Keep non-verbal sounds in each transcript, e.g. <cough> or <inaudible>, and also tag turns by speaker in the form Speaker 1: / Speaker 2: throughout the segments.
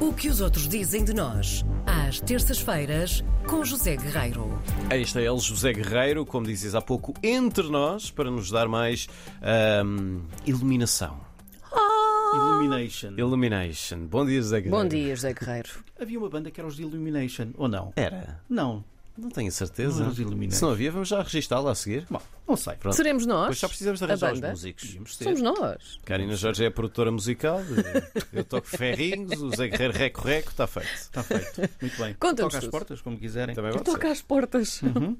Speaker 1: O que os outros dizem de nós, às terças-feiras, com José Guerreiro.
Speaker 2: Aí está ele, José Guerreiro, como dizes há pouco, entre nós, para nos dar mais ahm, iluminação.
Speaker 3: Illumination.
Speaker 2: Illumination. Bom dia, José Guerreiro.
Speaker 4: Bom dia, José Guerreiro.
Speaker 3: Havia uma banda que era os de Illumination, ou não?
Speaker 2: Era?
Speaker 3: Não.
Speaker 2: Não tenho certeza.
Speaker 3: Não os Illumination.
Speaker 2: Se não havia, vamos já registá-la a seguir.
Speaker 3: Bom, não sei.
Speaker 2: Pronto.
Speaker 4: Seremos nós?
Speaker 2: Pois só precisamos de
Speaker 4: a
Speaker 2: arranjar os
Speaker 4: banda?
Speaker 2: músicos.
Speaker 4: Somos nós.
Speaker 2: Karina Jorge é a produtora musical, eu toco ferrinhos, o Zé Guerreiro reco-reco, está feito.
Speaker 3: Está Tá feito. Muito bem.
Speaker 4: <laughs> Conta-nos
Speaker 3: Toca às
Speaker 4: tudo.
Speaker 3: portas, como quiserem.
Speaker 2: Também pode
Speaker 4: Toca
Speaker 2: ser.
Speaker 4: às portas.
Speaker 2: Uhum.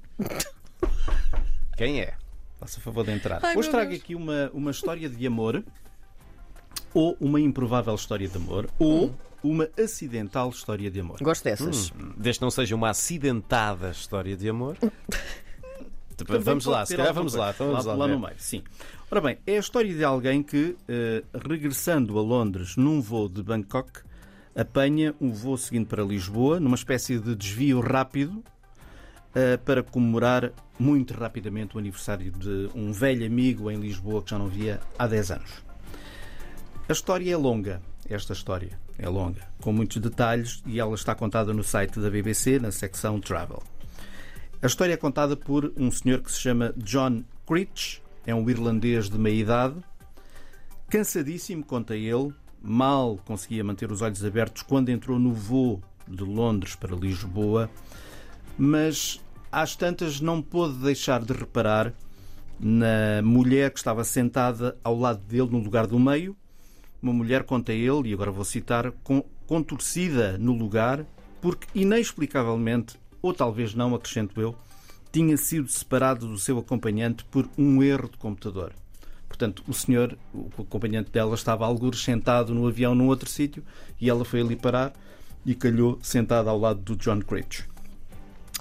Speaker 2: Quem é?
Speaker 3: Faça favor de entrar.
Speaker 4: Ai,
Speaker 3: Hoje
Speaker 4: meu
Speaker 3: trago
Speaker 4: Deus.
Speaker 3: aqui uma, uma história de amor, ou uma improvável história de amor,
Speaker 4: Hum?
Speaker 3: ou uma acidental história de amor.
Speaker 4: Gosto dessas.
Speaker 2: Desde que não seja uma acidentada história
Speaker 4: <laughs>
Speaker 2: de amor. Tipo, vamos lá,
Speaker 3: pode
Speaker 2: se
Speaker 3: ter
Speaker 2: calhar
Speaker 3: alguma
Speaker 2: vamos lá.
Speaker 3: coisa.
Speaker 2: então Vamos lá,
Speaker 3: lá
Speaker 2: ver.
Speaker 3: no meio, sim. Ora bem, é a história de alguém que, eh, regressando a Londres num voo de Bangkok, apanha um voo seguindo para Lisboa, numa espécie de desvio rápido, eh, para comemorar muito rapidamente o aniversário de um velho amigo em Lisboa que já não via há 10 anos. A história é longa, esta história é longa, com muitos detalhes, e ela está contada no site da BBC, na secção Travel. A história é contada por um senhor que se chama John Creech, é um irlandês de meia idade. Cansadíssimo, conta ele, mal conseguia manter os olhos abertos quando entrou no voo de Londres para Lisboa, mas às tantas não pôde deixar de reparar na mulher que estava sentada ao lado dele no lugar do meio. Uma mulher, conta ele, e agora vou citar, con- contorcida no lugar, porque inexplicavelmente, ou talvez não, acrescento eu, tinha sido separado do seu acompanhante por um erro de computador. Portanto, o senhor, o acompanhante dela, estava algures sentado no avião num outro sítio e ela foi ali parar e calhou sentada ao lado do John Creech.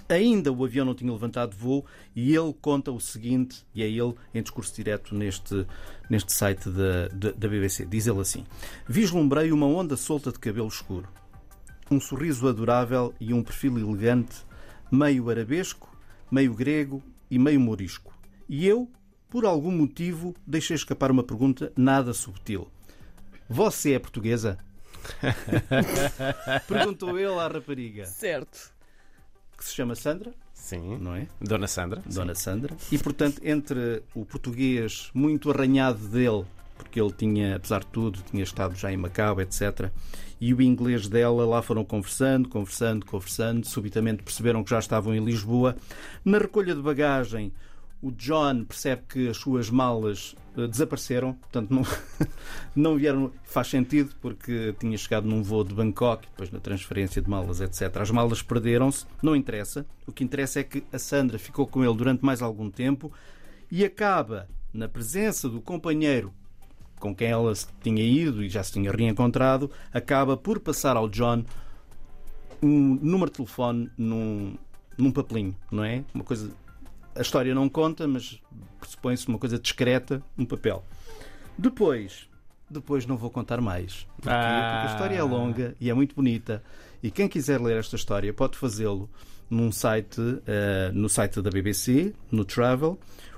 Speaker 3: Ainda o avião não tinha levantado voo e ele conta o seguinte, e é ele em discurso direto neste, neste site da, da, da BBC. Diz ele assim: Vislumbrei uma onda solta de cabelo escuro, um sorriso adorável e um perfil elegante, meio arabesco, meio grego e meio morisco. E eu, por algum motivo, deixei escapar uma pergunta nada subtil: Você é portuguesa? Perguntou ele à rapariga,
Speaker 4: Certo.
Speaker 3: que se chama Sandra,
Speaker 2: Sim.
Speaker 3: não é?
Speaker 2: Dona Sandra.
Speaker 3: Dona Sandra. E, portanto, entre o português muito arranhado dele, porque ele tinha, apesar de tudo, tinha estado já em Macau, etc., e o inglês dela, lá foram conversando, conversando, conversando, subitamente perceberam que já estavam em Lisboa. Na recolha de bagagem, o John percebe que as suas malas eh, desapareceram, portanto não, <laughs> não vieram. Faz sentido, porque tinha chegado num voo de Bangkok, depois na transferência de malas, etc. As malas perderam-se, não interessa. O que interessa é que a Sandra ficou com ele durante mais algum tempo e acaba na presença do companheiro com quem ela se tinha ido e já se tinha reencontrado, acaba por passar ao John um número de telefone num, num papelinho, não é? Uma coisa. A história não conta, mas pressupõe-se uma coisa discreta, um papel. Depois, depois não vou contar mais. Porquê?
Speaker 2: Ah.
Speaker 3: Porque a história é longa e é muito bonita. E quem quiser ler esta história pode fazê-lo num site, eh, no site da BBC, no Travel.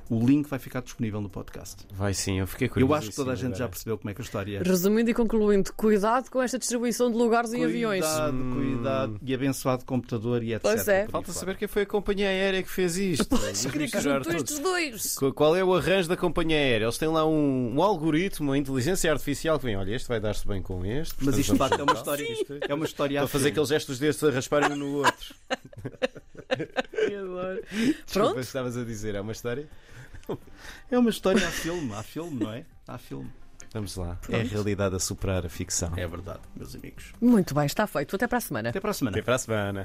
Speaker 3: O link vai ficar disponível no podcast.
Speaker 2: Vai sim, eu fiquei curioso.
Speaker 3: Eu acho que toda a gente já percebeu como é que a história é.
Speaker 4: Resumindo e concluindo, cuidado com esta distribuição de lugares em aviões.
Speaker 3: Cuidado, cuidado. E abençoado computador e etc.
Speaker 4: Pois é.
Speaker 3: Por aí
Speaker 2: Falta
Speaker 3: fora.
Speaker 2: saber quem foi a companhia aérea que fez isto.
Speaker 4: Podes crer que
Speaker 2: Misturar
Speaker 4: juntou estes
Speaker 2: tudo.
Speaker 4: dois.
Speaker 2: Qu- Qual é o arranjo da companhia aérea? Eles têm lá um, um algoritmo, uma inteligência artificial que vem, olha, este vai dar-se bem com este.
Speaker 3: Mas
Speaker 2: portanto,
Speaker 3: isto de
Speaker 2: vamos
Speaker 3: facto é uma
Speaker 2: juntar.
Speaker 3: história.
Speaker 2: Isto é-
Speaker 3: É uma história
Speaker 2: Estou a fazer aqueles gestos destes a rasparem um no <laughs> outro. Desculpa,
Speaker 4: Pronto,
Speaker 2: estavas a dizer, é uma história?
Speaker 3: É uma história a filme, há filme, não é? Há filme.
Speaker 2: Vamos lá. É a realidade a superar a ficção.
Speaker 3: É verdade, meus amigos.
Speaker 4: muito bem, está feito. Até para a semana.
Speaker 3: Até para a semana.
Speaker 2: Até para a semana.